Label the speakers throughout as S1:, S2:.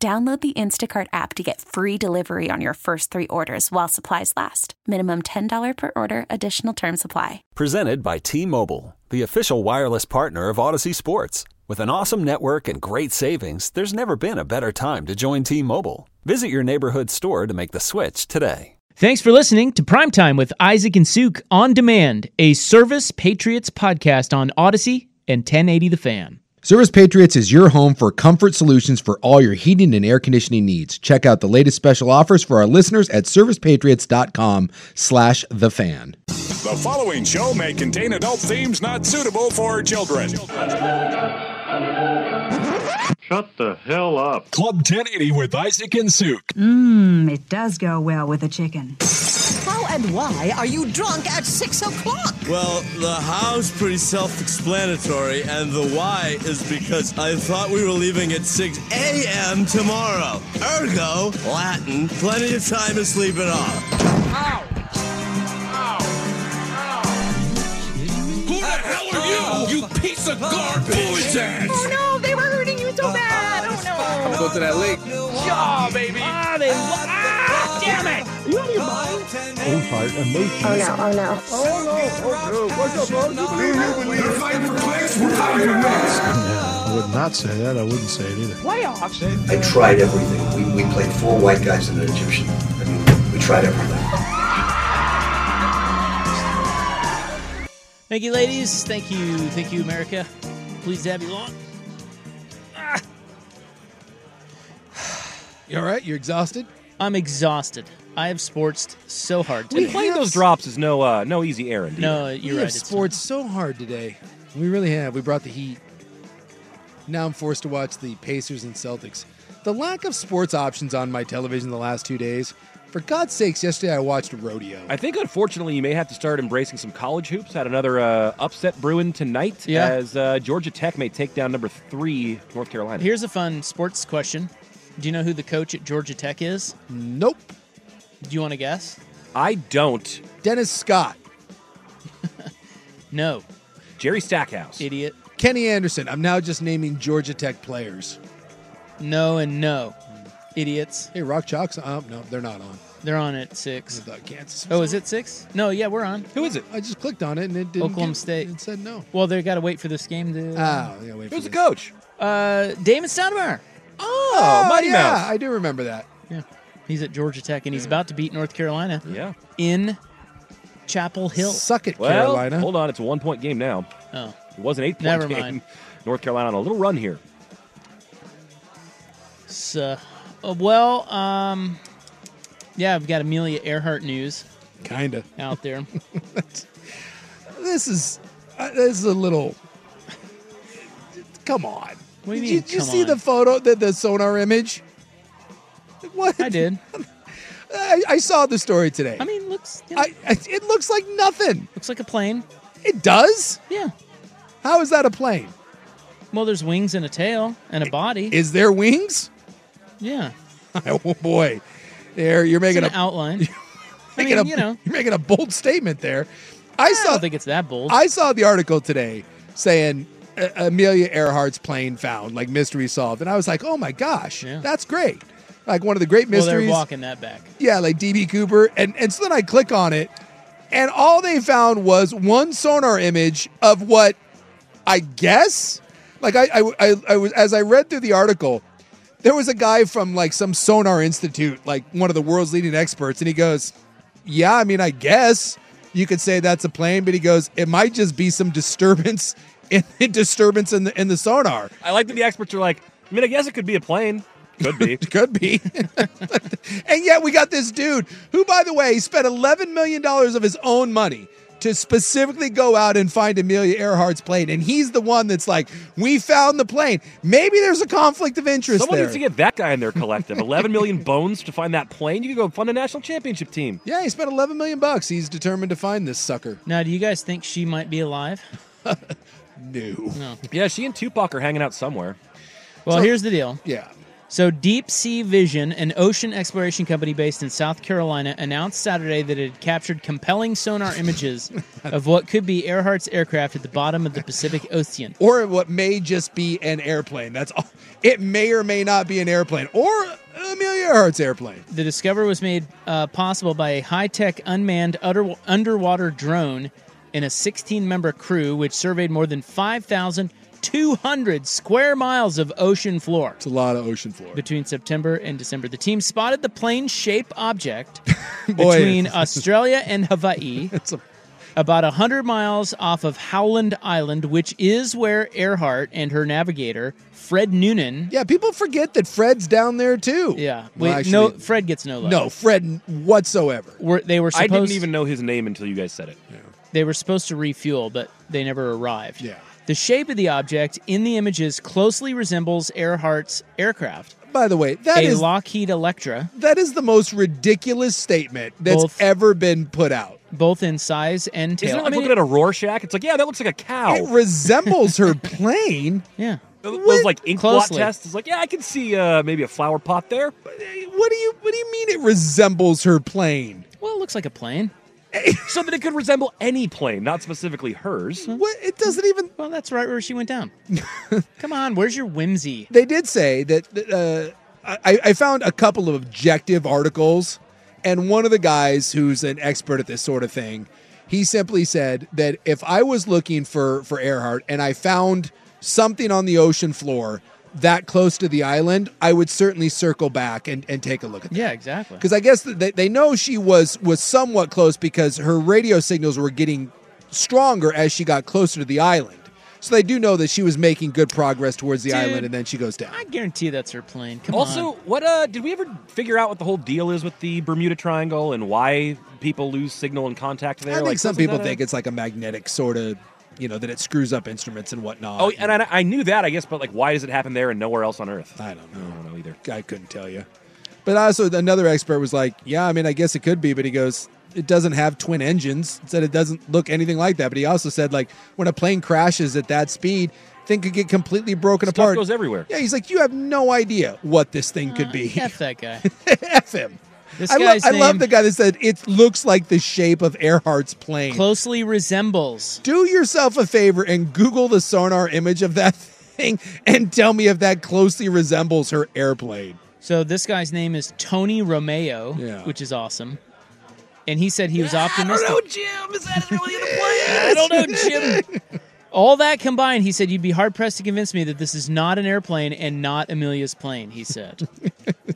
S1: Download the Instacart app to get free delivery on your first three orders while supplies last. Minimum $10 per order, additional term supply.
S2: Presented by T Mobile, the official wireless partner of Odyssey Sports. With an awesome network and great savings, there's never been a better time to join T Mobile. Visit your neighborhood store to make the switch today.
S3: Thanks for listening to Primetime with Isaac and Suk on Demand, a Service Patriots podcast on Odyssey and 1080 The Fan.
S4: Service Patriots is your home for comfort solutions for all your heating and air conditioning needs. Check out the latest special offers for our listeners at servicepatriots.com slash the fan.
S5: The following show may contain adult themes not suitable for children.
S6: Shut the hell up.
S5: Club 1080 with Isaac and Suk.
S7: Mmm, it does go well with a chicken.
S8: How and why are you drunk at six o'clock?
S9: Well, the how's pretty self explanatory, and the why is because I thought we were leaving at 6 a.m. tomorrow. Ergo, Latin, plenty of time to sleep it off. Ow!
S5: Who the hell are you, you piece of garbage ass?
S8: Oh no, they were hurting you so bad. Oh no. Oh,
S10: Go to that lake.
S5: Yeah, baby.
S3: Ah, they ah, damn it!
S11: own heart emotions.
S12: Oh no, oh no.
S13: Oh no, oh no. What's up, bro? You believe you
S14: We're fighting for place. We're fighting for place.
S11: I would not say that. I wouldn't say it either.
S15: Playoffs? I tried everything. We, we played four white guys and an Egyptian. I mean, we tried everything.
S3: Thank you, ladies. Thank you. Thank you, America. Please have you long.
S11: You all right? You're exhausted?
S3: I'm exhausted. I have sports so hard today.
S16: We playing those drops is no uh, no easy errand. either.
S3: No, you're
S11: we
S3: right.
S11: have
S3: it's
S11: sports so hard today. We really have. We brought the heat. Now I'm forced to watch the Pacers and Celtics. The lack of sports options on my television the last two days. For God's sakes, yesterday I watched rodeo.
S16: I think unfortunately you may have to start embracing some college hoops. Had another uh, upset brewing tonight
S3: Yeah.
S16: as uh, Georgia Tech may take down number three North Carolina.
S3: Here's a fun sports question. Do you know who the coach at Georgia Tech is?
S11: Nope.
S3: Do you want to guess?
S16: I don't.
S11: Dennis Scott,
S3: No,
S16: Jerry Stackhouse.
S3: idiot.
S11: Kenny Anderson. I'm now just naming Georgia Tech players.
S3: No and no, idiots.
S11: Hey, Rock Chalks. Um, no, they're not on.
S3: They're on at
S11: I
S3: six.
S11: thought Kansas. was
S3: Oh, is it six? No, yeah, we're on.
S16: Who is it?
S11: on. I just clicked on it and it didn't.
S3: Oklahoma
S11: get-
S3: State.
S11: It said no.
S3: Well, they got to wait for this game to.
S11: Oh, yeah. Wait.
S16: Who's the
S11: for this.
S16: coach?
S3: Uh, Damon Stoudemire.
S16: Oh, Mighty
S11: yeah,
S16: Mouse.
S11: I do remember that.
S3: Yeah, he's at Georgia Tech and he's about to beat North Carolina
S16: yeah.
S3: in Chapel Hill.
S11: Suck it,
S16: Well,
S11: Carolina.
S16: hold on. It's a one point game now.
S3: Oh,
S16: It was an eight point
S3: Never
S16: game.
S3: mind.
S16: North Carolina on a little run here.
S3: so, uh, well, um, yeah, I've got Amelia Earhart news
S11: Kinda.
S3: out there.
S11: This is uh, this is a little. Come on.
S3: What do you
S11: did
S3: mean,
S11: did you
S3: come
S11: see the
S3: on?
S11: photo, the, the sonar image? What?
S3: I did.
S11: I, I saw the story today.
S3: I mean, looks you know,
S11: I, I, it looks like nothing.
S3: looks like a plane.
S11: It does.
S3: Yeah.
S11: How is that a plane?
S3: Well, there's wings and a tail and a body.
S11: Is there wings?
S3: yeah.
S11: Oh boy, there you're
S3: It's
S11: making a
S3: an outline. I
S11: making
S3: mean,
S11: a-
S3: you know,
S11: you're making a bold statement there. I
S3: I
S11: saw
S3: don't think it's that bold.
S11: I saw the article today saying uh, Amelia Earhart's plane found, like mystery solved, and I was like, oh my gosh,
S3: Yeah.
S11: that's great. Like one of the great
S3: well, they're
S11: mysteries.
S3: walking that back.
S11: yeah, like DB Cooper, and and so then I click on it, and all they found was one sonar image of what I guess. Like I, I, I, I was as I read through the article, there was a guy from like some sonar institute, like one of the world's leading experts, and he goes, "Yeah, I mean, I guess you could say that's a plane," but he goes, "It might just be some disturbance." In, disturbance in the in the sonar,
S16: I like that the experts are like, I mean, I guess it could be a plane. Could be.
S11: Could be. and yet we got this dude who, by the way, spent $11 million of his own money to specifically go out and find Amelia Earhart's plane, and he's the one that's like, "We found the plane." Maybe there's a conflict of interest.
S16: Someone
S11: there.
S16: needs to get that guy in their collective. 11 million bones to find that plane. You could go fund a national championship team.
S11: Yeah, he spent 11 million bucks. He's determined to find this sucker.
S3: Now, do you guys think she might be alive?
S11: no.
S3: No.
S16: Yeah, she and Tupac are hanging out somewhere.
S3: Well,
S16: So-
S3: here's the deal.
S11: Yeah.
S3: So, Deep Sea Vision, an ocean exploration company based in South Carolina, announced Saturday that it had captured compelling sonar images of what could be Earhart's aircraft at the bottom of the Pacific Ocean.
S11: Or what may just be an airplane. That's all. It may or may not be an airplane, or Amelia Earhart's airplane.
S3: The discovery was made uh, possible by a high tech unmanned utter- underwater drone and a 16 member crew, which surveyed more than 5,200 square miles of ocean floor. It's
S11: a lot of ocean floor.
S3: Between September and December, the team spotted the plane shaped object
S11: Boy.
S3: between Australia and Hawaii. About 100 miles off of Howland Island, which is where Earhart and her navigator, Fred Noonan.
S11: Yeah, people forget that Fred's down there too.
S3: Yeah.
S11: Well,
S3: Wait,
S11: actually-
S3: no, Fred gets no love.
S11: No, Fred whatsoever.
S3: Were, they were
S16: I
S3: supposed
S16: didn't even know his name until you guys said it.
S3: They were supposed to refuel, but they never arrived.
S11: Yeah.
S3: The shape of the object in the images closely resembles Earhart's aircraft,
S11: By the way, that
S3: a
S11: is
S3: Lockheed Electra,
S11: that is the most ridiculous statement that's
S3: Both-
S11: ever been put out.
S3: both in size and tail.
S16: Isn't it like looking at a Rorschach? It's like, yeah, that looks like a
S3: Oh.
S16: cow.
S11: It resembles her plane.
S3: yeah.
S16: Those like ink blot
S11: Closely.
S16: tests. It's like, yeah, I can see uh, maybe a flower pot there.
S11: What do you What do you mean it resembles her plane?
S3: Well, it looks like a plane.
S16: so that it could resemble any plane, not specifically hers.
S11: What? It doesn't even.
S3: Well, that's right where she went down. Come on, where's your whimsy?
S11: They did say that. Uh, I, I found a couple of objective articles, and one of the guys who's an expert at this sort of thing, he simply said that if I was looking for for Earhart and I found something on the ocean floor that close to the island, I would certainly circle back and, and take a look at that.
S3: Yeah, exactly.
S11: because I guess th- they, they know she was was somewhat close because her radio signals were getting stronger as she got closer to the island. So they do know that she was making good progress towards the
S3: Dude.
S11: island, and then she goes down.
S3: I guarantee that's her plane. Come
S16: also,
S3: on.
S16: what uh did we ever figure out what the whole deal is with the Bermuda Triangle and why people lose signal and contact there?
S11: I think
S16: Like,
S11: some
S16: wasn't
S11: people
S16: that a-
S11: think it's like a magnetic sort of, you know, that it screws up instruments and whatnot.
S16: Oh, and I, I knew that, I guess, but like, why does it happen there and nowhere else on Earth?
S11: I don't know.
S16: I don't know either.
S11: I couldn't tell you. But also, another expert was like, "Yeah, I mean, I guess it could be," but he goes, "It doesn't have twin engines." Said it doesn't look anything like that. But he also said, like, when a plane crashes at that speed, thing could get completely broken
S16: Stuff
S11: apart.
S16: goes everywhere.
S11: Yeah, he's like, "You have no idea what this thing could be."
S3: F that guy.
S11: F him.
S3: Uh, This
S11: I, lo-
S3: guy's
S11: I love
S3: name-
S11: the guy that said it looks like the shape of Earhart's plane.
S3: Closely resembles.
S11: Do yourself a favor and Google the sonar image of that thing and tell me if that closely resembles her airplane.
S3: So this guy's name is Tony Romeo,
S11: Yeah.
S3: which is awesome. And he said he was optimistic.
S16: Jim. Is that really in the plane?
S3: I don't know, Jim. All that combined, he said, you'd be hard pressed to convince me that this is not an airplane and not Amelia's plane, he said.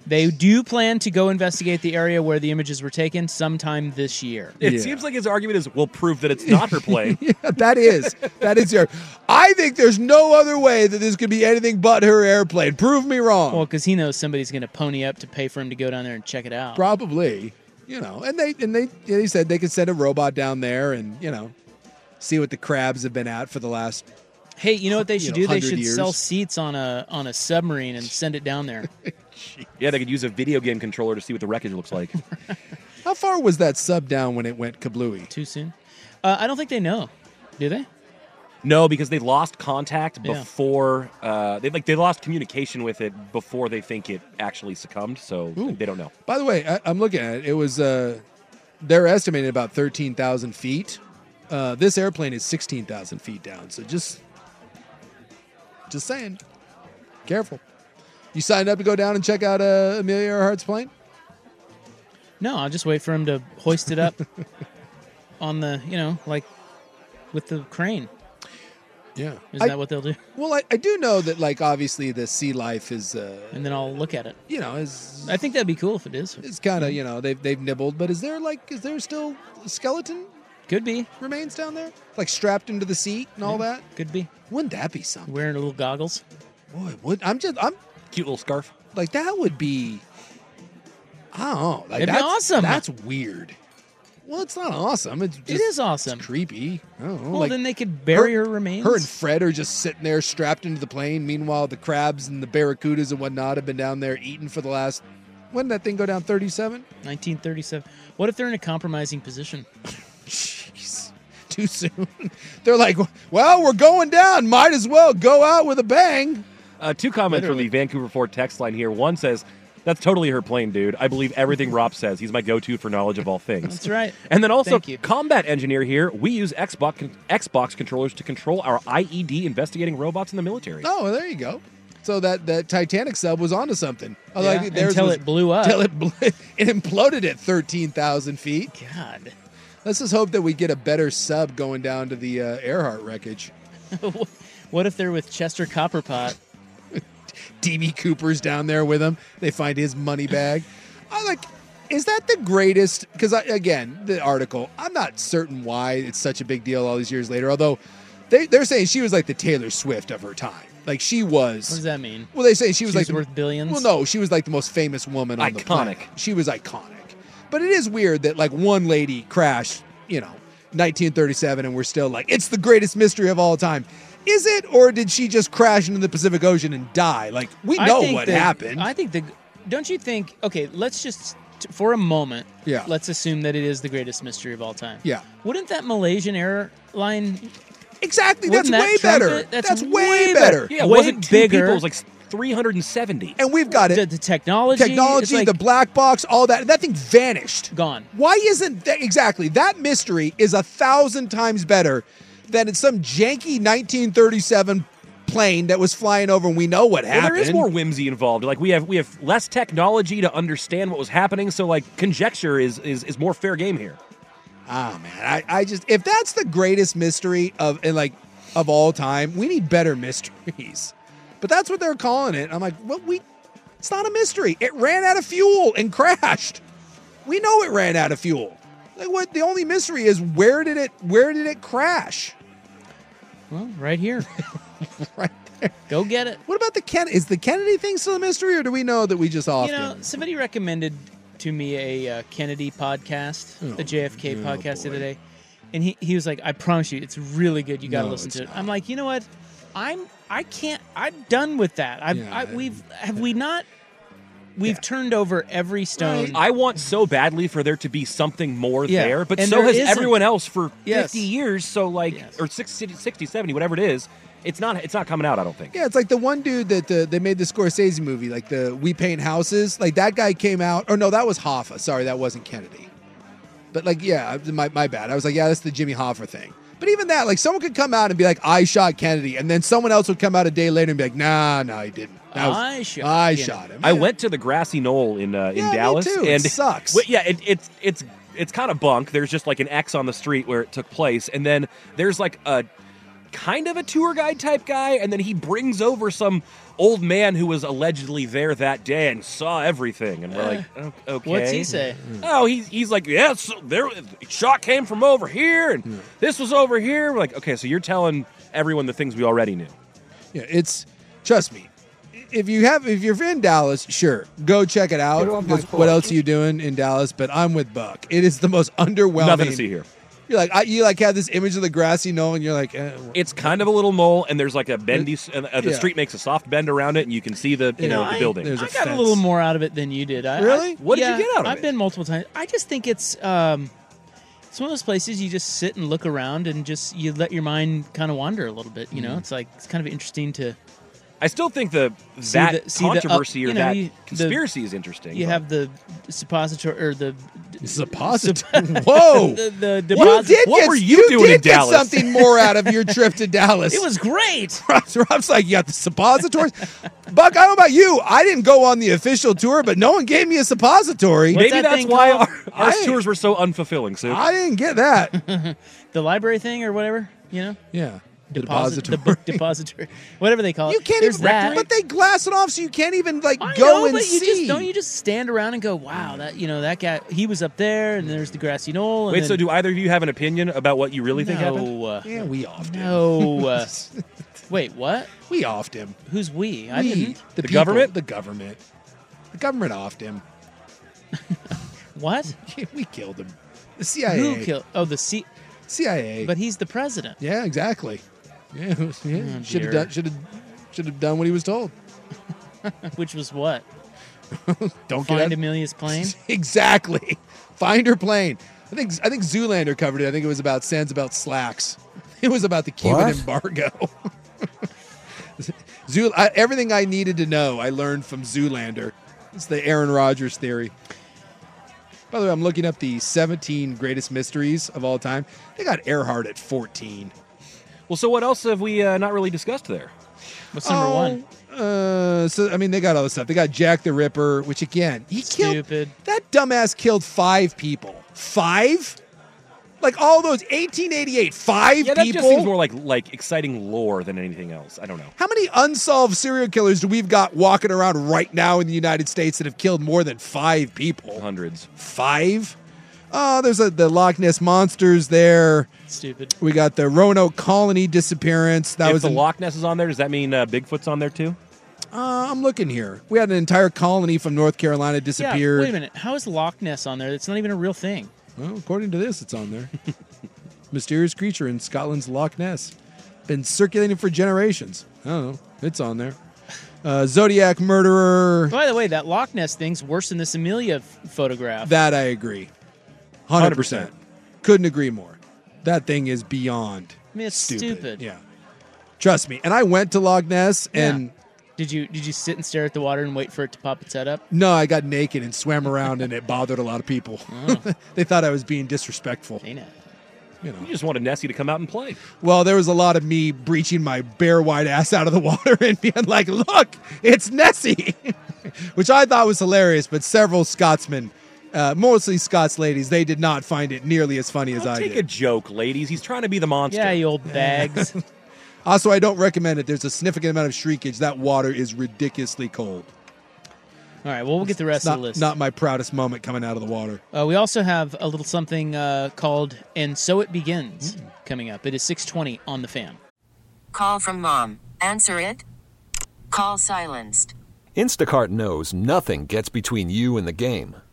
S3: they do plan to go investigate the area where the images were taken sometime this year.
S16: It
S11: Yeah.
S16: seems like his argument is we'll prove that it's not her plane.
S11: that is that is your. I think there's no other way that this could be anything but her airplane. Prove me wrong.
S3: Well, because he knows somebody's going to pony up to pay for him to go down there and check it out.
S11: Probably, you know. And they and they they said they could send a robot down there and you know see what the crabs have been at for the last.
S3: Hey, you know what they
S11: You
S3: should
S11: know,
S3: do? They
S11: 100
S3: should
S11: years.
S3: sell seats on a on a submarine and send it down there.
S16: yeah, they could use a video game controller to see what the wreckage looks like.
S11: How far was that sub down when it went kablooey?
S3: Too soon. Uh, I don't think they know, do they?
S16: no, because they lost contact
S3: Yeah.
S16: before uh, they like they lost communication with it before they think it actually succumbed. So they don't know.
S11: By the way, I, I'm looking at it. It was uh, they're estimating about thirteen thousand feet. Uh, this airplane is sixteen thousand feet down. So just, just saying, careful. You signed up to go down and check out uh, Amelia Earhart's plane.
S3: No, I'll just wait for him to hoist it up on the, you know, like with the crane.
S11: Yeah,
S3: Isn't that what they'll do?
S11: Well, I, I do know that like obviously the sea life is uh,
S3: And then I'll look at it.
S11: you know is
S3: I think that'd be cool if it is.
S11: is kind of you know they've they've nibbled, but is there like is there still skeleton
S3: Could be.
S11: remains down there like strapped into the seat and all that?
S3: Could be.
S11: Wouldn't that be something?
S3: Wearing little goggles.
S11: Boy, would I'm just I'm
S16: Cute little scarf.
S11: like that would be. I don't know. Like,
S3: It'd be
S11: that's,
S3: awesome.
S11: That's weird. Well, it's not awesome. It's just,
S3: it is awesome.
S11: It's creepy. I don't know,
S3: Well,
S11: like,
S3: then they could bury her,
S11: her
S3: remains.
S11: Her and Fred are just sitting there strapped into the plane. Meanwhile, the crabs and the barracudas and whatnot have been down there eating for the last. When did that thing go down? 37?
S3: 1937. What if they're in a compromising position?
S11: Jeez. Too soon. They're like, well, we're going down. Might as well go out with a bang.
S16: Uh, two comments from the Vancouver Ford text line here. One says, "That's totally her plane, dude. I believe everything Rob says. He's my go-to for knowledge of all things."
S3: That's right.
S16: And then also,
S3: Thank you.
S16: combat engineer here. We use Xbox Xbox controllers to control our IED investigating robots in the military.
S11: Oh, well, there you go. So that, that Titanic sub was onto something.
S3: Yeah, until it blew up.
S11: Until it, blew, it imploded at 13,000 feet.
S3: God.
S11: Let's just hope that we get a better sub going down to the uh, Earhart wreckage.
S3: what if they're with Chester Copperpot?
S11: DB Cooper's down there with him. They find his money bag. I like. Is that the greatest? Because again, the article. I'm not certain why it's such a big deal all these years later. Although they, they're saying she was like the Taylor Swift of her time. Like she was.
S3: What does that mean?
S11: Well, they say she was
S3: She's
S11: like the-
S3: worth billions?
S11: Well, no, she was like the most famous woman on the
S16: Iconic.
S11: planet. She was iconic. But it is weird that like one lady crashed, you know, 1937, and we're still like it's the greatest mystery of all time. Is it, or did she just crash into the Pacific Ocean and die? Like we
S3: I
S11: know
S3: think
S11: what
S3: the-
S11: happened.
S3: I think the. Don't you think? Okay, let's just t- for a moment.
S11: Yeah.
S3: Let's assume that it is the greatest mystery of all time.
S11: Yeah.
S3: Wouldn't that Malaysian airline?
S11: Exactly.
S3: wouldn't
S11: That's way
S3: that trump
S11: better.
S3: it?
S11: That's, way better.
S16: Yeah, it
S3: Way
S16: wasn't two
S3: bigger.
S16: people. It was like 370.
S11: And we've got it.
S3: The, the technology.
S11: Technology,
S3: it's
S11: the
S3: like
S11: black box, all that. That thing vanished.
S3: gone.
S11: Why isn't that exactly that mystery is a thousand times better than it's some janky 1937 plane that was flying over and we know what
S16: Well,
S11: happened.
S16: there is more whimsy involved. Like we have we have less technology to understand what was happening, so like conjecture is is, is more fair game here.
S11: Ah man, I, I just if that's the greatest mystery of and like of all time, we need better mysteries. But that's what they're calling it. I'm like, well, we it's not a mystery. It ran out of fuel and crashed. We know it ran out of fuel. Like what the only mystery is where did it where did it crash?
S3: Well, right here.
S11: Right there.
S3: Go get it.
S11: What about the Ken is the Kennedy thing still a mystery or do we know that we just off
S3: You know, somebody recommended to me a uh, Kennedy podcast,
S11: Oh,
S3: the JFK podcast the other day, and he, he was like, "I promise you, it's really good. You got to
S11: No,
S3: listen
S11: it's
S3: to it." I'm like, you know what? I'm I can't. I'm done with that. I've
S11: Yeah,
S3: I, we've have we not. We've turned over every stone.
S16: I want so badly for there to be something more
S3: Yeah.
S16: there, but
S3: And
S16: so
S3: there
S16: has
S3: isn't.
S16: everyone else for
S3: Yes.
S16: 50 years. So like or 60, 60, 70, whatever it is, it's not it's not coming out. I don't think.
S11: Yeah, it's like the one dude that the, they made the Scorsese movie, like the We Paint Houses. Like that guy came out. Or no, that was Hoffa. Sorry, that wasn't Kennedy. But like, yeah, my, my bad. I was like, yeah, that's the Jimmy Hoffa thing. But even that, like, someone could come out and be like, I shot Kennedy. And then someone else would come out a day later and be like, nah, nah, he didn't. That was-
S3: I shot
S11: I
S3: Kennedy."
S11: shot him.
S16: I went to the grassy knoll in uh, in
S11: Yeah, me
S16: Dallas,
S11: too. It
S16: and
S11: sucks.
S16: Well, yeah, it, it's it's it's kind of bunk. There's just like an X on the street where it took place, and then there's like a kind of a tour guide type guy, and then he brings over some old man who was allegedly there that day and saw everything, and we're like, "O- okay,
S3: What's he say?
S16: Oh, he's he's like, yeah, so there the shot came from over here,
S3: Mm.
S16: and this was over here. We're like, okay, so you're telling everyone the things we already knew.
S11: Yeah, it's trust me. If you have if you're in Dallas, sure, go check it out.
S16: Get on my
S11: 'cause
S16: porch.
S11: What else are you doing in Dallas? But I'm with Buck. It is the most underwhelming.
S16: Nothing to see here.
S11: You're like I, you like have this image of the grassy knoll, and you're like, eh,
S16: It's kind of a little mole, and there's like a bendy. s- Uh, the
S11: Yeah.
S16: street makes a soft bend around it, and you can see the you know the
S3: I-
S16: building.
S3: I got a little more out of it than you did. I,
S11: Really?
S3: I-
S16: What did you
S3: yeah,
S16: get out of
S3: I've
S16: it?
S3: been multiple times. I just think it's um, it's one of those places you just sit and look around and just you let your mind kind of wander a little bit. You
S11: Mm-hmm.
S3: know,
S16: Mhm.
S3: it's like it's kind of interesting to
S16: I still think the
S3: See
S16: that
S3: the- see the up-
S16: controversy
S3: you
S16: or
S3: know,
S16: that
S3: you- the-
S16: conspiracy is interesting.
S3: you
S16: but-
S3: have the suppository or the
S11: Suppository. Whoa!
S3: the, the
S11: Oh! You
S3: deposit.
S11: did get- you did get something more out of your trip to Dallas.
S3: It was great.
S11: Rob's, Rob's like, you got the suppositories, Buck. I don't know about you. I didn't go on the official tour, but no one gave me a suppository.
S16: maybe that's why our, our
S11: I-
S16: tours were so unfulfilling. So
S11: I didn't get that.
S3: the library thing or whatever. You know,
S11: Yeah.
S3: deposit the book depository, whatever they call it.
S11: You can't
S3: There's
S11: even,
S3: that.
S11: but they glass it off so you can't even like
S3: I
S11: go
S3: know,
S11: and
S3: but you
S11: see.
S3: just don't you just stand around and go, wow, that you know that guy he was up there, and there's the grassy knoll. And
S16: wait,
S3: then,
S16: so do either of you have an opinion about what you really think
S3: No,
S16: happened?
S3: uh,
S11: yeah, we offed
S3: No. uh,
S11: him.
S3: wait, what?
S11: we offed him.
S3: Who's we? I
S11: We,
S3: didn't.
S11: The,
S16: The
S11: people,
S16: government?
S11: The government. The government offed him.
S3: What?
S11: We killed him. The CIA.
S3: Who killed? Oh, the C-
S11: CIA.
S3: But he's the president.
S11: Yeah, exactly. Yeah, yeah.
S3: Oh,
S11: should
S3: dear.
S11: have done. Should have. Should have done what he was told.
S3: Which was what?
S11: Don't
S3: Find
S11: get out-
S3: Amelia's plane.
S11: exactly. Find her plane. I think. I think Zoolander covered it. I think it was about Sans about slacks. It was about the Cuban
S3: What?
S11: embargo. Zool. I, everything I needed to know, I learned from Zoolander. It's the Aaron Rodgers theory. By the way, I'm looking up the 17 greatest mysteries of all time. They got Earhart at 14.
S16: Well, so what else have we uh, not really discussed there?
S3: What's number
S11: Oh.
S3: one?
S11: Uh, so I mean, they got all this stuff. They got Jack the Ripper, which again, he
S3: Stupid.
S11: killed that dumbass killed five people. Five, like all those 1888. Five
S16: Yeah, that
S11: people.
S16: just seems more like like exciting lore than anything else. I don't know.
S11: How many unsolved serial killers do we've got walking around right now in the United States that have killed more than five people?
S16: Hundreds.
S11: Five. Uh, there's a, the Loch Ness monsters there.
S3: Stupid.
S11: We got the Roanoke colony disappearance. That
S16: if
S11: was
S16: the
S11: in-
S16: Loch Ness is on there. Does that mean uh, Bigfoot's on there too?
S11: Uh, I'm looking here. We had an entire colony from North Carolina disappear.
S3: Yeah, wait a minute. How is Loch Ness on there? It's not even a real thing.
S11: Well, according to this, it's on there. Mysterious creature in Scotland's Loch Ness. Been circulating for generations. I don't know. It's on there. Uh, Zodiac murderer.
S3: By the way, that Loch Ness thing's worse than this Amelia f- photograph.
S11: That I agree. 100%. Couldn't agree more. That thing is beyond.
S3: I mean, it's stupid.
S11: Stupid. Yeah. Trust me. And I went to Loch Ness and
S3: Did you did you sit and stare at the water and wait for it to pop its head up?
S11: no, I got naked and swam around and it bothered a lot of people.
S3: Oh.
S11: they thought I was being disrespectful. You know.
S16: You just wanted Nessie to come out and play.
S11: Well, there was a lot of me breaching my bare white ass out of the water and being like, look, it's Nessie, which I thought was hilarious. But several Scotsmen, uh, mostly Scots ladies, they did not find it nearly as funny as I
S16: Take a
S11: did.
S16: joke, ladies. He's trying to be the monster.
S3: Yeah, you old bags.
S11: Also, I don't recommend it. There's a significant amount of shrinkage. That water is ridiculously cold.
S3: All right, well, we'll get the rest
S11: not,
S3: of the list.
S11: Not my proudest moment coming out of the water.
S3: Uh, we also have a little something uh, called "And So It Begins" coming up. It is 6:20 on the fan.
S10: Call from mom. Answer it. Call silenced.
S2: Instacart knows nothing gets between you and the game.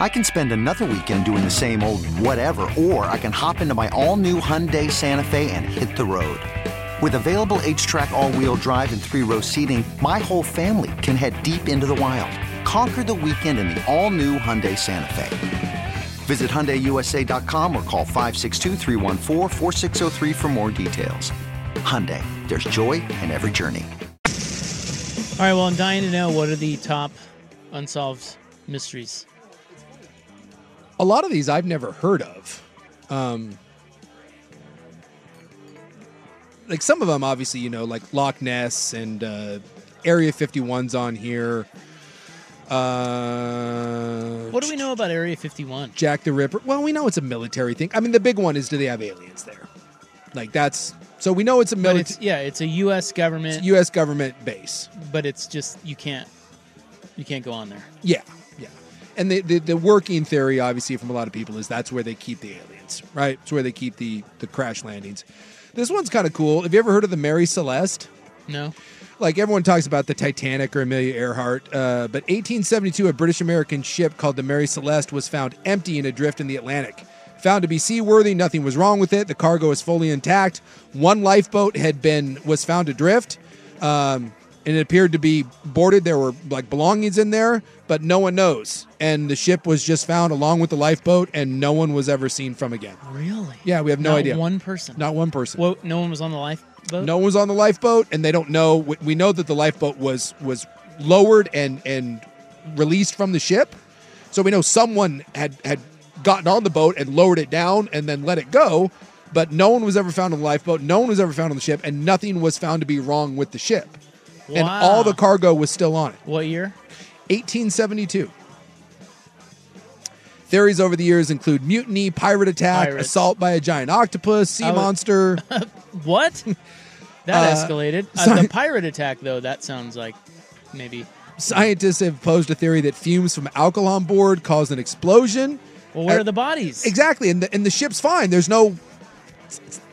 S17: I can spend another weekend doing the same old whatever, or I can hop into my all new Hyundai Santa Fe and hit the road. With available H track, all wheel drive, and three row seating, my whole family can head deep into the wild. Conquer the weekend in the all new Hyundai Santa Fe. Visit HyundaiUSA.com or call 562-314-4603 for more details. Hyundai, there's joy in every journey.
S3: All right, well, I'm dying to know what are the top unsolved mysteries.
S11: A lot of these I've never heard of. Um, like some of them, obviously, you know, like Loch Ness and uh, Area 51's on here. Uh,
S3: What do we know about Area 51?
S11: Jack the Ripper. Well, we know it's a military thing. I mean, the big one is do they have aliens there? Like, that's so we know it's a
S3: But
S11: military,
S3: it's yeah, it's a U.S. government,
S11: U.S. government base.
S3: but it's just you can't you can't go on there.
S11: Yeah, yeah. And the, the the working theory, obviously, from a lot of people is that's where they keep the aliens, right? It's where they keep the the crash landings. This one's kind of cool. Have you ever heard of the Mary Celeste?
S3: No.
S11: Like everyone talks about the Titanic or Amelia Earhart, uh, but 1872, a British American ship called the Mary Celeste was found empty and adrift in the Atlantic. Found to be seaworthy, nothing was wrong with it. The cargo was fully intact. One lifeboat had been was found adrift. Um, and it appeared to be boarded. There were like belongings in there, but no one knows. And the ship was just found along with the lifeboat, and no one was ever seen from again.
S3: Really?
S11: Yeah, we have no
S3: Not
S11: idea.
S3: One person.
S11: Not one person.
S3: Well, no one was on the lifeboat.
S11: No one was on the lifeboat, and they don't know. We we know that the lifeboat was was lowered and and released from the ship, so we know someone had had gotten on the boat and lowered it down and then let it go. But no one was ever found on the lifeboat. No one was ever found on the ship, and nothing was found to be wrong with the ship. And
S3: Wow.
S11: all the cargo was still on it.
S3: What year?
S11: 1872. Theories over the years include mutiny, pirate attack,
S3: Pirates.
S11: assault by a giant octopus, sea
S3: I would-
S11: monster.
S3: What? That
S11: Uh,
S3: escalated. Uh,
S11: sorry.
S3: the pirate attack, though, that sounds like maybe.
S11: Scientists have posed a theory that fumes from alcohol on board caused an explosion.
S3: Well, where
S11: Uh,
S3: are the bodies?
S11: Exactly, and the, and the ship's fine. There's no,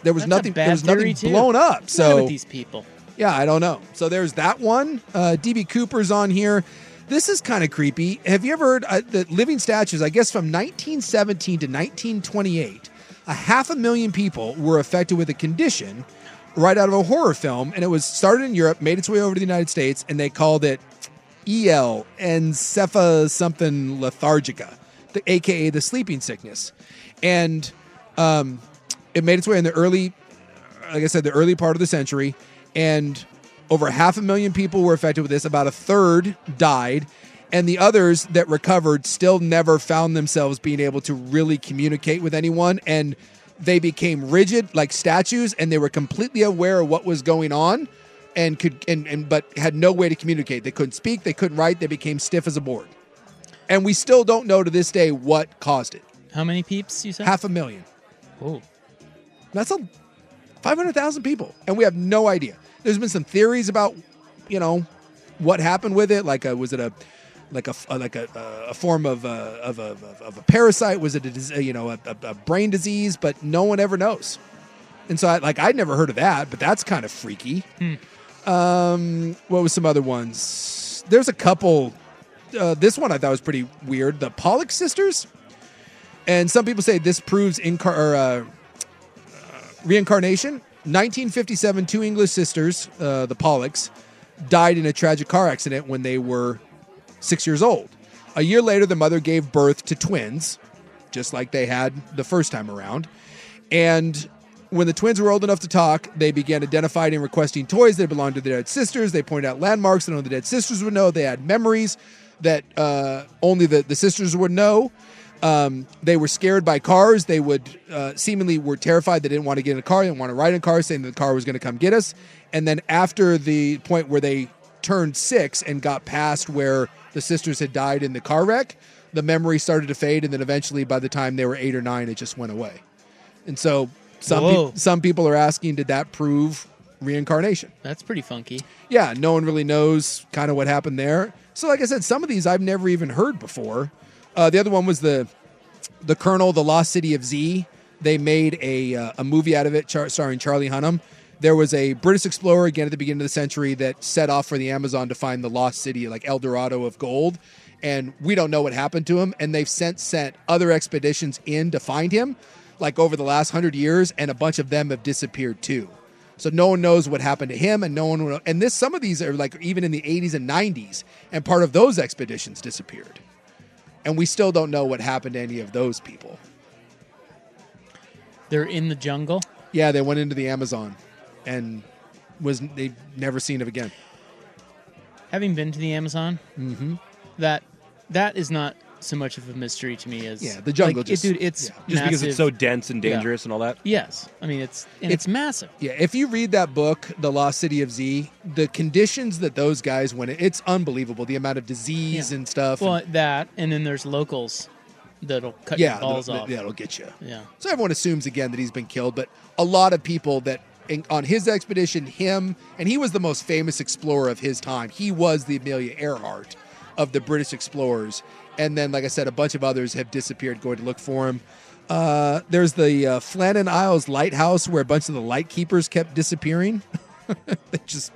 S11: there was
S3: That's a
S11: nothing.
S3: bad
S11: There was
S3: theory,
S11: nothing
S3: too.
S11: blown up.
S3: What's the matter
S11: So
S3: with these people.
S11: yeah, I don't know. So there's that one. Uh, DB Cooper's on here. This is kind of creepy. Have you ever heard uh, the living statues? I guess from 1917 to 1928, a half a million people were affected with a condition right out of a horror film, and it was started in Europe, made its way over to the United States, and they called it E EL encepha something lethargica, the, aka the sleeping sickness, and um, it made its way in the early like I said, the early part of the century, and over half a million people were affected with this. About a third died, and the others that recovered still never found themselves being able to really communicate with anyone. And they became rigid like statues, and they were completely aware of what was going on, and could and, and but had no way to communicate. They couldn't speak, they couldn't write, they became stiff as a board. And we still don't know to this day what caused it.
S3: How many peeps you said?
S11: Half a million.
S3: Oh,
S11: That's a 500,000 people, and we have no idea. There's been some theories about, you know, what happened with it. Like, a, was it a like a uh, like a, a form of a, of, a, of a parasite? Was it a dis- you know a, a, a brain disease? But no one ever knows. And so, I, like, I'd never heard of that, but that's kind of freaky. Um, what was some other ones? There's a couple. Uh, this one I thought was pretty weird. The Pollock sisters, and some people say this proves incar- or, uh, reincarnation. 1957, two English sisters, uh, the Pollocks, died in a tragic car accident when they were six years old. A year later, the mother gave birth to twins, just like they had the first time around. And when the twins were old enough to talk, they began identifying and requesting toys that belonged to their dead sisters. They pointed out landmarks that only the dead sisters would know. They had memories that uh, only the, the sisters would know. Um, they were scared by cars. They would uh, seemingly were terrified. They didn't want to get in a car. They didn't want to ride in a car, saying the car was going to come get us. And then after the point where they turned six and got past where the sisters had died in the car wreck, the memory started to fade. And then eventually, by the time they were eight or nine, it just went away. And so some
S3: Whoa.
S11: peop some people are asking, did that prove reincarnation?
S3: that's pretty funky.
S11: yeah, no one really knows kind of what happened there. So, like I said, some of these I've never even heard before. Uh, the other one was the the Colonel, the Lost City of Z. They made a uh, a movie out of it, char- starring Charlie Hunnam. There was a British explorer again at the beginning of the century that set off for the Amazon to find the lost city, like El Dorado of gold. And we don't know what happened to him. And they've sent sent other expeditions in to find him, like over the last hundred years, and a bunch of them have disappeared too. So no one knows what happened to him, and no one. Will, and this, some of these are like even in the 80s and 90s, and part of those expeditions disappeared, and we still don't know what happened to any of those people.
S3: They're in the jungle.
S11: Yeah, they went into the Amazon, and was they never seen of again.
S3: Having been to the Amazon,
S11: Mm-hmm.
S3: that that is not so much of a mystery to me as
S11: Yeah, the jungle
S3: Like, it-
S11: just-
S3: dude, it's
S11: yeah.
S16: Just because it's
S3: massive.
S16: so dense and
S3: Yeah.
S16: dangerous and all that.
S3: Yes, I mean it's and it's massive.
S11: Yeah, if you read that book, The Lost City of Z, the conditions that those guys went, in, it's unbelievable. The amount of disease and stuff.
S3: Well, that and then there's locals that'll cut
S11: Yeah,
S3: your balls
S11: that'll-
S3: off.
S11: that'll get you.
S3: Yeah.
S11: So everyone assumes again that he's been killed, but a lot of people that in, on his expedition, him and he was the most famous explorer of his time. He was the Amelia Earhart of the British explorers, and then like I said, a bunch of others have disappeared going to look for him. Uh, there's the uh, Flannan Isles lighthouse where a bunch of the light keepers kept disappearing. they just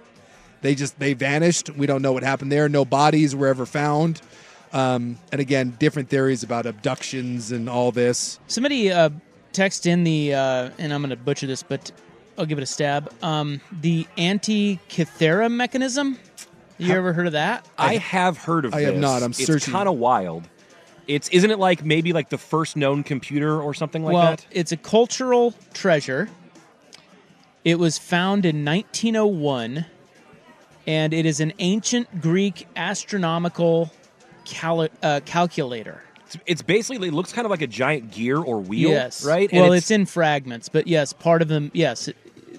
S11: they just they vanished. We don't know what happened there. No bodies were ever found. Um, and again, different theories about abductions and all this.
S3: Somebody uh, text in the, uh, and I'm going to butcher this, but I'll give it a stab. Um, the antikythera mechanism. You ever heard of that?
S16: I have heard of.
S11: I
S16: this.
S11: have not. I'm
S16: It's
S11: searching.
S16: kind of wild. It's isn't it like maybe like the first known computer or something like
S3: well,
S16: that?
S3: it's a cultural treasure. It was found in 1901, and it is an ancient Greek astronomical cali- uh, calculator.
S16: It's, it's basically it looks kind of like a giant gear or wheel.
S3: yes,
S16: Right. And
S3: Well, it's, in fragments, but yes, part of them. Yes,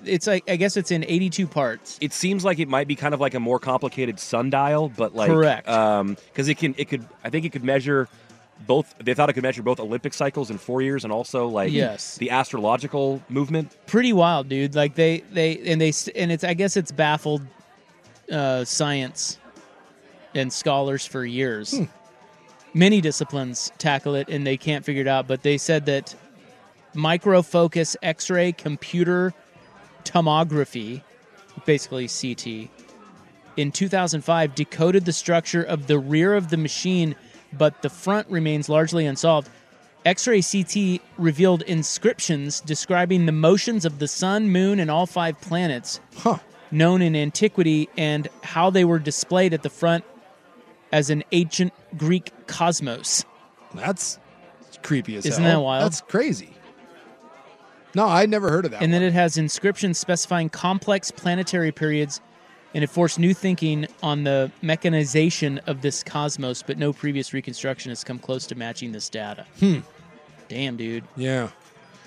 S3: it's like I guess it's in 82 parts.
S16: It seems like it might be kind of like a more complicated sundial, but like
S3: Correct.
S16: Um, because it can it could I think it could measure both. They thought it could measure both Olympic cycles in four years and also like
S3: Yes.
S16: the astrological movement.
S3: pretty wild, dude. Like they they and they st- and it's I guess it's baffled uh, science and scholars for years. Many disciplines tackle it and they can't figure it out. But they said that microfocus X-ray computer tomography, basically CT, in 2005 decoded the structure of the rear of the machine, but the front remains largely unsolved. X ray CT revealed inscriptions describing the motions of the sun, moon, and all five planets known in antiquity and how they were displayed at the front as an ancient Greek cosmos.
S11: That's creepy as
S3: Isn't
S11: hell.
S3: that wild?
S11: That's crazy. No, I never heard of that.
S3: and then it has inscriptions specifying complex planetary periods and it forced new thinking on the mechanization of this cosmos but no previous reconstruction has come close to matching this data
S11: Hmm.
S3: damn dude
S11: yeah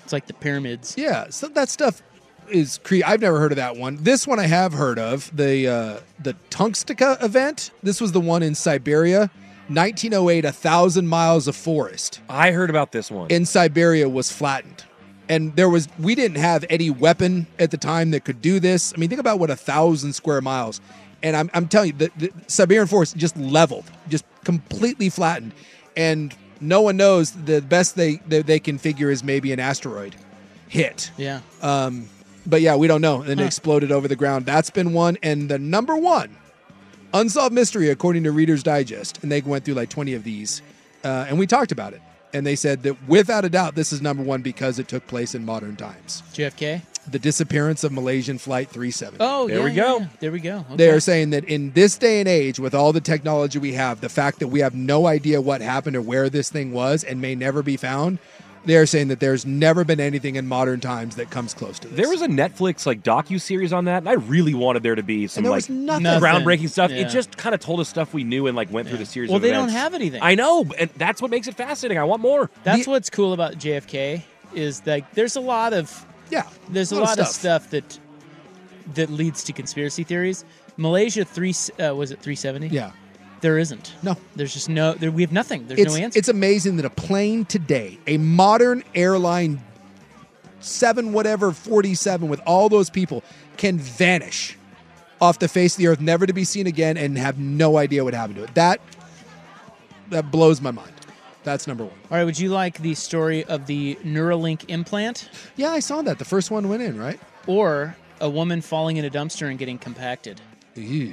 S3: it's like the pyramids
S11: Yeah, so that stuff is cre- I've never heard of that one. This one I have heard of the uh, the Tungstica event. This was the one in Siberia, 1908. A thousand miles of forest
S16: I heard about this one.
S11: in Siberia was flattened, and there was we didn't have any weapon at the time that could do this. I mean, think about what a thousand square miles. And I'm, I'm telling you, the, the Siberian forest just leveled, just completely flattened, and no one knows. The best they they, they can figure is maybe an asteroid hit.
S3: yeah
S11: Um, but yeah, we don't know. And it
S3: Huh.
S11: exploded over the ground. That's been one. And the number one unsolved mystery, according to Reader's Digest, and they went through like 20 of these, uh, and we talked about it. And they said that without a doubt, this is number one because it took place in modern times.
S3: jfk
S11: The disappearance of Malaysian Flight 370.
S3: oh
S11: There
S3: yeah,
S11: we go.
S3: yeah, yeah. there we go okay.
S11: They are saying that in this day and age, with all the technology we have, the fact that we have no idea what happened or where this thing was and may never be found, they are saying that there's never been anything in modern times that comes close to this.
S16: There was a Netflix like docu series on that, and I really wanted there to be some
S11: there
S16: like
S11: was nothing. Nothing.
S16: groundbreaking stuff.
S11: Yeah.
S16: It just kind of told us stuff we knew and like went through the series.
S3: well
S16: of
S3: they don't
S16: events.
S3: have anything
S16: I know, and that's what makes it fascinating. I want more.
S3: That's what's cool about JFK is that there's a lot of
S11: yeah,
S3: there's a lot, of, stuff. that that leads to conspiracy theories. Malaysia three uh, was it three seventy?
S11: Yeah.
S3: there isn't.
S11: No,
S3: there's just no. There, we have nothing. There's
S11: it's,
S3: no answer.
S11: it's amazing that a plane today, a modern airline, seven whatever forty seven with all those people, can vanish off the face of the earth, never to be seen again, and have no idea what happened to it. That that blows my mind. That's number one.
S3: All right, would you like the story of the Neuralink implant
S11: Yeah, I saw that. The first one went in, right?
S3: or a woman falling in a dumpster and getting compacted?
S11: Ew.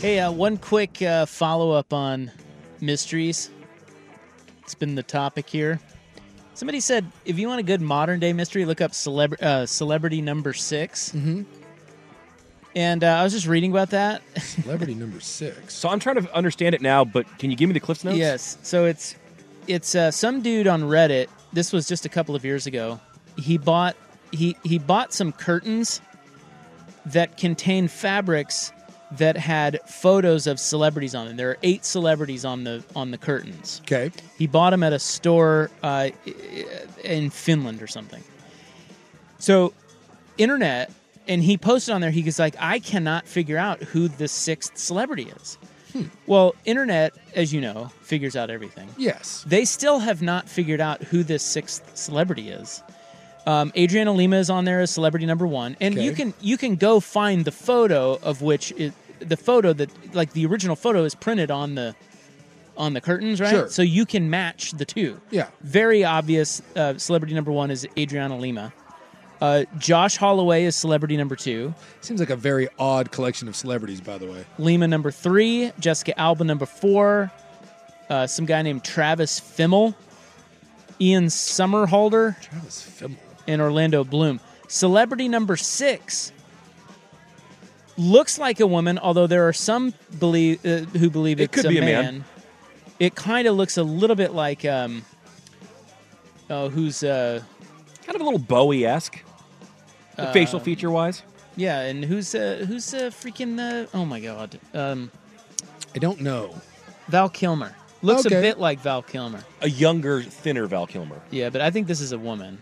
S3: Hey, uh, one quick uh, follow up on mysteries. It's been the topic here. Somebody said if you want a good modern day mystery, look up celebr- uh, celebrity number 6
S11: Mhm.
S3: And uh, I was just reading about that.
S11: Celebrity number six.
S16: So I'm trying to understand it now, but can you give me the Cliff's Notes?
S3: Yes. So it's it's uh, some dude on Reddit. This was just a couple of years ago. He bought he he bought some curtains that contain fabrics that had photos of celebrities on them. There are eight celebrities on the on the curtains.
S11: Okay.
S3: He bought them at a store uh, in Finland or something. So, internet, and he posted on there. He was like, "I cannot figure out who the sixth celebrity is." Well, internet, as you know, figures out everything.
S11: Yes.
S3: They still have not figured out who this sixth celebrity is. Um, Adriana Lima is on there as celebrity number one, and you
S11: Okay.
S3: can you can go find the photo of which it, the photo that like the original photo is printed on the on the curtains, right?
S11: Sure.
S3: So you can match the two.
S11: Yeah.
S3: Very obvious. Uh, celebrity number one is Adriana Lima. Uh, Josh Holloway is celebrity number two.
S11: Seems like a very odd collection of celebrities, by the way.
S3: Lima number three, Jessica Alba number four, uh, some guy named Travis Fimmel, Ian Summerholder,
S11: Travis Fimmel,
S3: and Orlando Bloom. Celebrity number six looks like a woman, although there are some believe uh, who believe
S16: It
S3: it's
S16: could
S3: a,
S16: be a
S3: man.
S16: man.
S3: It kind of looks a little bit like um, oh, who's uh,
S16: Kind of a little Bowie esque,
S3: Uh,
S16: facial feature wise.
S3: yeah, and who's uh, who's uh, freaking uh, oh my god, um,
S11: I don't know.
S3: Val Kilmer looks
S16: Okay.
S3: a bit like Val Kilmer.
S16: A younger, thinner Val Kilmer.
S3: Yeah, but I think this is a woman.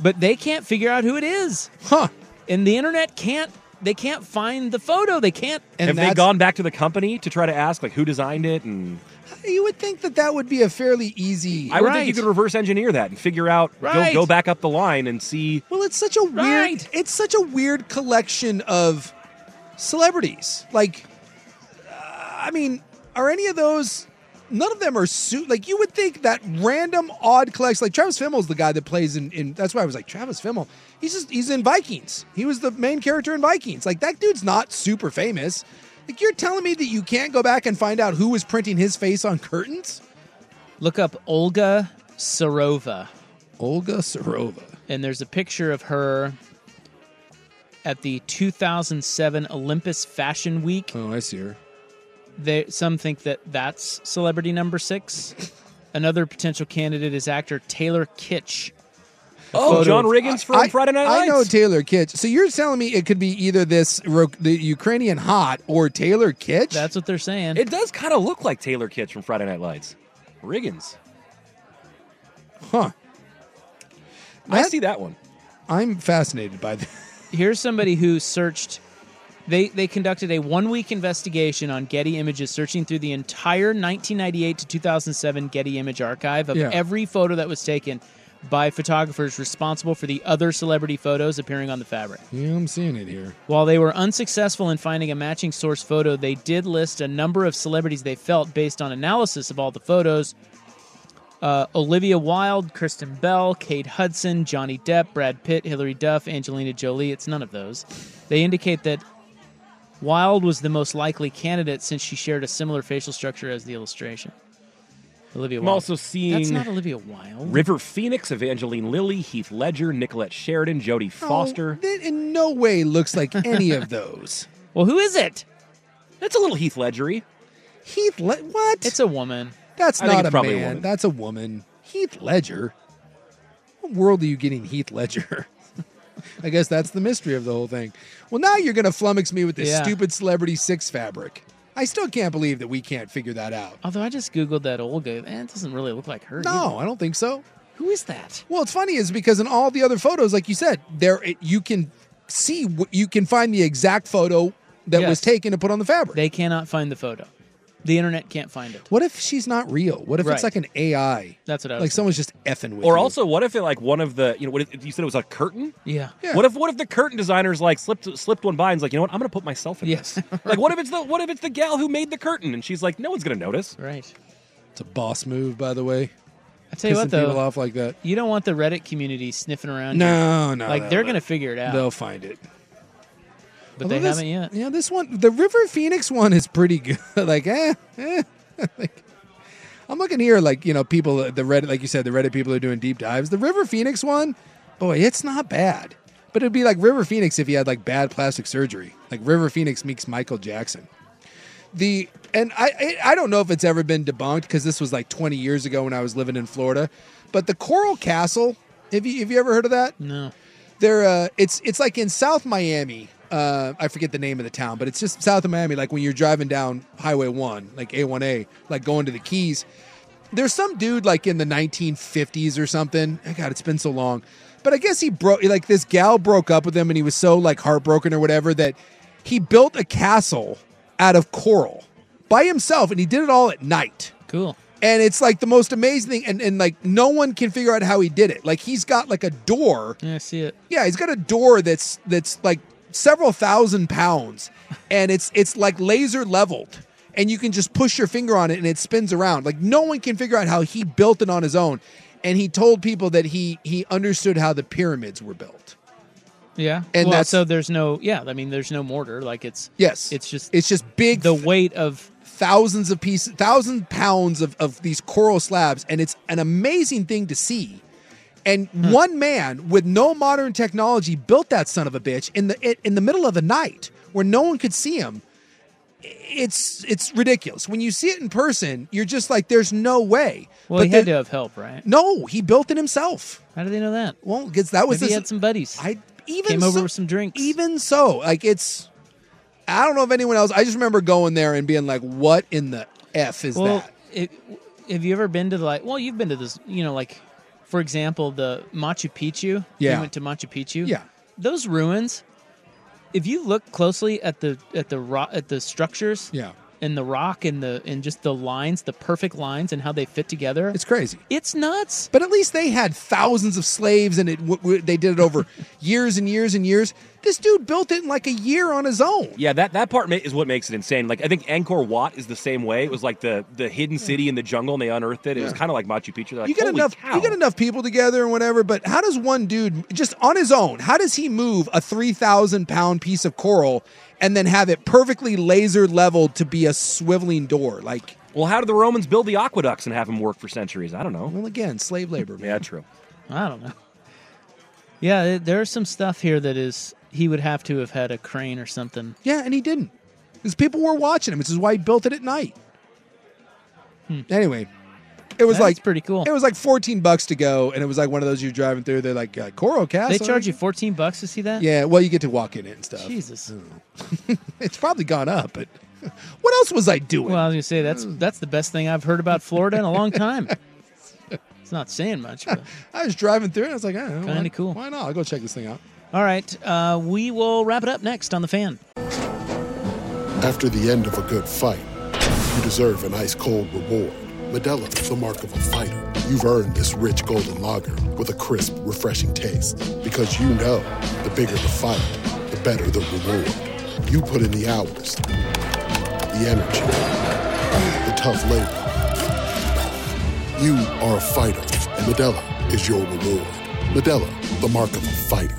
S3: But they can't figure out who it is. Huh. And the internet can't they can't find the photo. They can't
S16: Have they gone back to the company to try to ask like who designed it? And
S11: You would think that that would be a fairly easy.
S16: I would think you could reverse engineer that and figure out
S11: Right.
S16: go go back up the line and see.
S11: Well, it's such a weird. It's such a weird collection of celebrities. Like, uh, I mean, are any of those? None of them are suit. Like you would think that random odd collection. Like Travis Fimmel's the guy that plays in. in that's why I was like Travis Fimmel. He's just he's in Vikings. He was the main character in Vikings. Like that dude's not super famous. Like you're telling me that you can't go back and find out who was printing his face on curtains?
S3: Look up Olga Sarova.
S11: Olga Sarova.
S3: And there's a picture of her at the 2007 Olympus Fashion Week.
S11: Oh, I see her.
S3: They, some think that that's celebrity number six. Another potential candidate is actor Taylor Kitsch. A
S16: Oh,
S3: photo of-
S11: Oh, I- I know Taylor Kitsch. So you're telling me it could be either this Ro- the Ukrainian hot or Taylor Kitsch?
S3: That's what they're saying.
S16: It does kind of look like Taylor Kitsch from Friday Night Lights. Riggins.
S11: Huh.
S16: I see that one.
S11: I'm fascinated by that.
S3: Here's somebody who searched. They they conducted a one week investigation on Getty Images, searching through the entire 1998 to 2007 Getty Image archive of
S18: Yeah.
S3: every photo that was taken by photographers responsible for the other celebrity photos appearing on the fabric.
S11: Yeah, I'm seeing it here.
S3: While they were unsuccessful in finding a matching source photo, they did list a number of celebrities they felt based on analysis of all the photos. Uh, Olivia Wilde, Kristen Bell, Kate Hudson, Johnny Depp, Brad Pitt, Hilary Duff, Angelina Jolie. It's none of those. They indicate that Wilde was the most likely candidate since she shared a similar facial structure as the illustration. Olivia
S16: I'm
S3: Wilde.
S16: also seeing
S3: That's not Olivia Wilde.
S16: River Phoenix, Evangeline Lilly, Heath Ledger, Nicolette Sheridan, Jodie
S11: Oh,
S16: Foster.
S11: No, that in no way looks like any of those.
S3: Well, who is it?
S16: That's a little Heath Ledgery.
S11: Heath Le- what?
S3: It's a woman.
S11: That's
S16: I think
S11: not
S16: it's
S11: a
S16: probably a
S11: man.
S16: woman.
S11: That's a woman. Heath Ledger. What world are you getting Heath Ledger? I guess that's the mystery of the whole thing. Well, now you're going to flummox me with this
S3: Yeah.
S11: stupid celebrity six fabric. I still can't believe that we can't figure that out.
S3: Although I just googled that Olga, and it doesn't really look like her.
S11: No,
S3: either.
S11: I don't think so.
S3: Who is that?
S11: Well, it's funny is because in all the other photos, like you said, there it, you can see what you can find the exact photo that was
S3: Yes.
S11: taken and put on the fabric.
S3: They cannot find the photo. The internet can't find it.
S11: What if she's not real? What if it's
S3: Right.
S11: like an AI?
S3: That's what I was
S11: Like someone's just effing with
S16: Or
S11: you.
S16: also, what if it like one of the you know what if, you said it was a curtain?
S3: Yeah.
S16: What if what if the curtain designers like slipped slipped one by and's like you know what I'm gonna put myself in
S3: Yes.
S16: this like what if it's the what if it's the gal who made the curtain and she's like no one's gonna notice
S3: right
S11: It's a boss move, by the way.
S3: I tell you what, though,
S11: people off like that.
S3: You don't want the Reddit community sniffing around.
S11: No,
S3: you.
S11: no,
S3: Like
S11: no,
S3: they're
S11: no.
S3: gonna figure it out.
S11: They'll find it.
S3: But they
S11: Although this-
S3: haven't yet.
S11: Yeah, this one, the River Phoenix one is pretty good. like, eh, eh. like, I'm looking here, like you know, people the Reddit, like you said, the Reddit people are doing deep dives. The River Phoenix one, boy, it's not bad. But it'd be like River Phoenix if he had like bad plastic surgery. Like River Phoenix meets Michael Jackson. The and I I- I don't know if it's ever been debunked because this was like 20 years ago when I was living in Florida. But the Coral Castle, have you have you ever heard of that?
S3: No.
S11: They're uh, it's it's like in South Miami. Uh, I forget the name of the town, but it's just south of Miami. Like when you're driving down Highway One, like A1A, like going to the Keys. There's some dude like in the 1950s or something. Oh, God, it's been so long. But I guess he broke like this gal broke up with him, and he was so like heartbroken or whatever that he built a castle out of coral by himself, and he did it all at night.
S3: Cool.
S11: And it's like the most amazing thing, and, and like no one can figure out how he did it. Like he's got like a door
S3: Yeah, I see it.
S11: yeah, he's got a door that's that's like several thousand pounds, and it's it's like laser leveled, and you can just push your finger on it and it spins around. Like no one can figure out how he built it on his own, and he told people that he he understood how the pyramids were built.
S3: Yeah.
S11: And
S3: well,
S11: that's-
S3: so there's no. Yeah, I mean, there's no mortar. Like it's.
S11: Yes,
S3: It's just.
S11: it's just big.
S3: The weight of
S11: thousands of pieces, thousand pounds of of these coral slabs, and it's an amazing thing to see. And
S3: Hmm.
S11: one man with no modern technology built that son of a bitch in the in the middle of the night where no one could see him. It's it's ridiculous. When you see it in person, you're just like, there's no way.
S3: Well, he
S11: there-
S3: had to have help, right?
S11: No, he built it himself.
S3: How do they know that?
S11: Well, because that was
S3: Maybe he
S11: his-
S3: had some buddies.
S11: I even
S3: Came over
S11: so-
S3: with some drinks.
S11: Even so, like it's, I don't know if anyone else. I just remember going there and being like, "What in the f is
S3: well,
S11: that?"
S3: It, have you ever been to the, like? Well, you've been to this. You know, like for example, the Machu Picchu.
S11: Yeah.
S3: You went to Machu Picchu.
S11: Yeah.
S3: Those ruins. If you look closely at the at the rock at the structures.
S11: Yeah.
S3: And the rock and the and just the lines, the perfect lines, and how they fit together.
S11: It's crazy.
S3: It's nuts.
S11: But at least they had thousands of slaves, and it w- w- they did it over years and years and years. This dude built it in like a year on his own.
S16: Yeah, that, that part ma- is what makes it insane. Like I think Angkor Wat is the same way. It was like the the hidden city in the jungle, and they unearthed it. It was
S11: Yeah.
S16: kind of like Machu Picchu. They're like,
S11: you get
S16: "Holy
S11: enough.
S16: cow."
S11: You get enough people together and whatever. But how does one dude just on his own? How does he move a three thousand pound piece of coral and then have it perfectly laser leveled to be a swiveling door? Like,
S16: well, how did the Romans build the aqueducts and have them work for centuries? I don't know.
S11: well, again, slave labor. Man.
S16: Yeah, true.
S3: I don't know. Yeah, th- there's some stuff here that is he would have to have had a crane or something.
S11: Yeah, and he didn't. Because people were watching him, which is why he built it at night. Anyway, it was
S3: Hmm. That
S11: like
S3: is pretty cool.
S11: It was like fourteen bucks to go, and it was like one of those you're driving through. They're like uh, Coral Castle.
S3: they charge you 14 bucks to see that?
S11: Yeah, well, you get to walk in it and stuff.
S3: Jesus.
S11: It's probably gone up, but what else was I doing?
S3: Well, I was gonna say that's that's the best thing I've heard about Florida in a long time. it's not saying much, but
S11: I was driving through, and I was like, I don't know,
S3: Kinda
S11: why-
S3: cool.
S11: Why not? I'll go check this thing out.
S3: all right, uh, we will wrap it up next on the fan.
S4: After the end of a good fight, you deserve an ice cold reward. Medella is the mark of a fighter. You've earned this rich golden lager with a crisp, refreshing taste. Because you know the bigger the fight, the better the reward. You put in the hours, the energy, the tough labor. You are a fighter, and Medella is your reward. Medella, the mark of a fighter.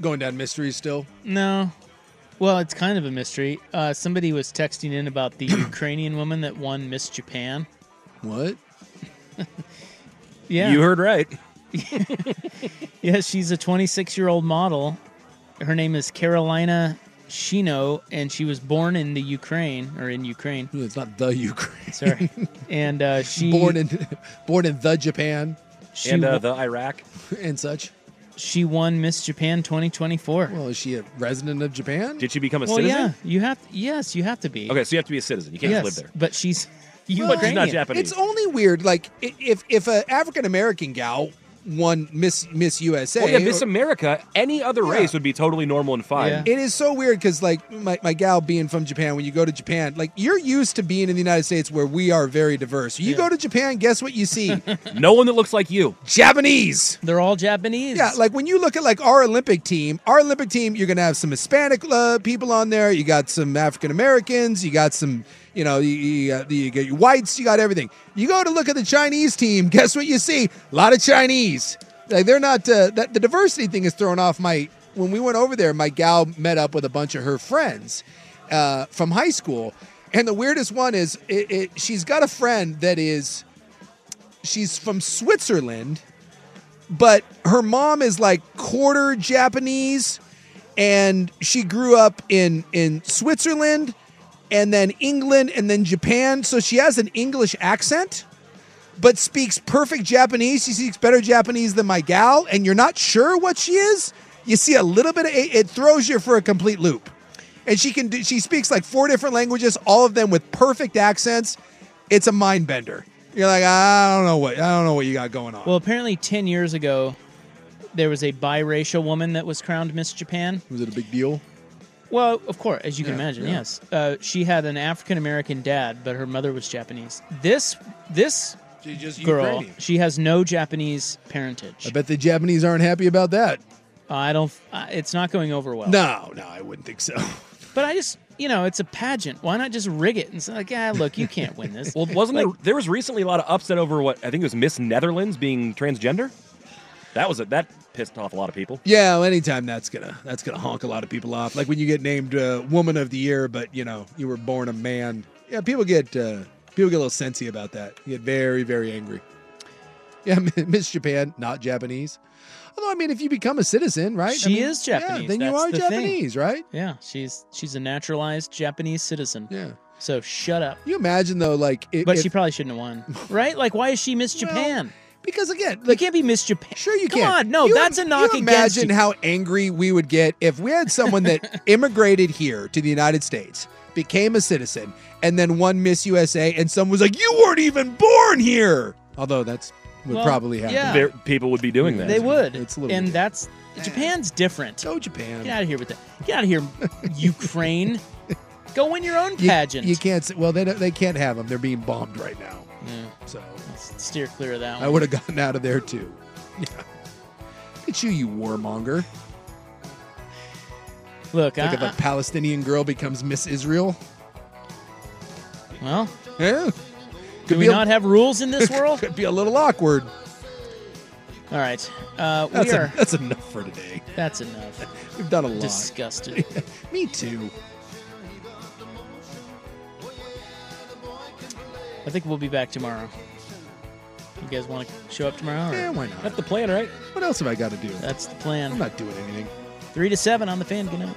S11: Going down mysteries still.
S3: No. Well, it's kind of a mystery. Uh, somebody was texting in about the Ukrainian woman that won Miss Japan.
S11: What?
S3: Yeah.
S16: You heard right.
S3: yeah, she's a 26 year old model. Her name is Carolina Shino, and she was born in the Ukraine or in Ukraine.
S11: It's not the Ukraine.
S3: Sorry. And uh, she
S11: born in born in the Japan
S3: She And, uh, wa-
S16: the Iraq
S11: and such.
S3: She won Miss Japan 2024.
S11: Well, is she a resident of Japan?
S16: Did she become a
S3: well,
S16: citizen?
S3: yeah, you have yes, you have to be.
S16: Okay, so you have to be a citizen. You can't
S3: yes,
S16: just live there.
S3: But she's
S16: Well, she's
S3: Ukrainian.
S16: not Japanese.
S11: It's only weird, like i- if if an African American gal won Miss Miss USA.
S16: Well, Oh, yeah,
S11: or-
S16: Miss America, any other race would be totally normal and fine.
S11: It is so weird because, like, my, my gal being from Japan, when you go to Japan, like, you're used to being in the United States where we are very diverse. You go to Japan, guess what you see?
S16: no one that looks like you.
S11: Japanese.
S3: They're all Japanese.
S11: Yeah, like when you look at like our Olympic team, our Olympic team, you're gonna have some Hispanic uh, people on there. You got some African Americans. You got some, you know, you, you, got, you got your whites. You got everything. You go to look at the Chinese team. Guess what you see? A lot of Chinese. Like they're not uh, that the diversity thing is throwing off my. When we went over there, my gal met up with a bunch of her friends uh, from high school, and the weirdest one is it, it, she's got a friend that is she's from Switzerland but her mom is like quarter Japanese, and she grew up in in Switzerland, and then England, and then Japan. So she has an English accent, but speaks perfect Japanese. She speaks better Japanese than my gal, and you're not sure what she is. You see a little bit of it it throws you for a complete loop, and she can do. She speaks like four different languages, all of them with perfect accents. It's a mind bender. You're like, I don't know what I don't know what you got going on.
S3: Well, apparently, 10 years ago, there was a biracial woman that was crowned Miss Japan.
S11: Was it a big deal?
S3: Well, of course, as you can
S11: Yeah,
S3: imagine,
S11: yeah.
S3: yes. Uh, she had an African American dad, but her mother was Japanese. This this
S11: She just
S3: girl,
S11: Ukrainian.
S3: she has no Japanese parentage.
S11: I bet the Japanese aren't happy about that.
S3: I don't. Uh, it's not going over well.
S11: No, no, I wouldn't think so.
S3: But I just, you know, it's a pageant. Why not just rig it and say, like, ah, look, you can't win this.
S16: Well, wasn't
S3: like,
S16: there? There was recently a lot of upset over what I think it was Miss Netherlands being transgender. That was a, that pissed off a lot of people.
S11: Yeah, well, anytime that's gonna that's gonna honk a lot of people off. Like when you get named uh, Woman of the Year, but you know you were born a man. Yeah, people get uh, people get a little sensy about that. You get very very angry. Yeah, Miss Japan, not Japanese. Although I mean, if you become a citizen, right? I
S3: She
S11: mean,
S3: is
S11: yeah,
S3: Japanese.
S11: then you
S3: That's
S11: are
S3: the thing.
S11: Japanese, right?
S3: Yeah, she's she's a naturalized Japanese citizen.
S11: Yeah.
S3: So shut up.
S11: You imagine though, like, i-
S3: But
S11: if-
S3: she probably shouldn't have won, right? Like, why is she Miss Japan?
S11: because again,
S3: you can't be Miss Japan.
S11: Sure, you
S3: Come
S11: can.
S3: on, no,
S11: You
S3: that's
S11: im-
S3: a knock
S11: you
S3: against
S11: Imagine
S3: you.
S11: how angry we would get if we had someone that immigrated here to the United States, became a citizen, and then won Miss USA, and someone was like, "You weren't even born here." Although that's would
S3: Well,
S11: probably happen.
S3: yeah.
S16: There, people would be doing that.
S3: They would.
S11: It's a little Eh.
S3: and
S11: weird.
S3: that's Japan's different.
S11: Go Japan.
S3: Get out of here with that. Get out of here, Ukraine. Go win your own
S11: You-
S3: pageant.
S11: You, can't. s- Well, they don't, they can't have them. They're being bombed right now. So
S3: Steer clear of that one.
S11: I would have gotten out of there too. Yeah. Look at you, you warmonger.
S3: Look, uh,
S11: Like
S3: I,
S11: if a Palestinian girl becomes Miss Israel.
S3: I- well,
S11: Yeah.
S3: do we
S11: be a-
S3: not have rules in this world?
S11: Could be a little awkward.
S3: All right, uh, we
S11: That's,
S3: are.
S11: en- that's enough for today.
S3: that's enough.
S11: We've done a lot.
S3: Disgusted.
S11: Me too.
S3: I think we'll be back tomorrow. You guys want to show up tomorrow? Or?
S11: Yeah, why not?
S16: That's the plan, right?
S11: What else have I got to do?
S3: That's the plan.
S11: I'm not doing anything.
S3: Three to seven on the fan. Good night.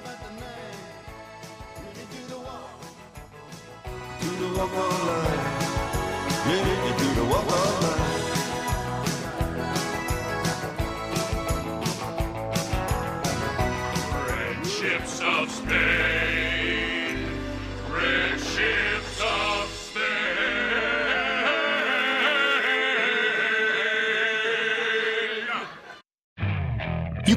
S5: Red ships of Spain. Red ships of Spain.
S17: You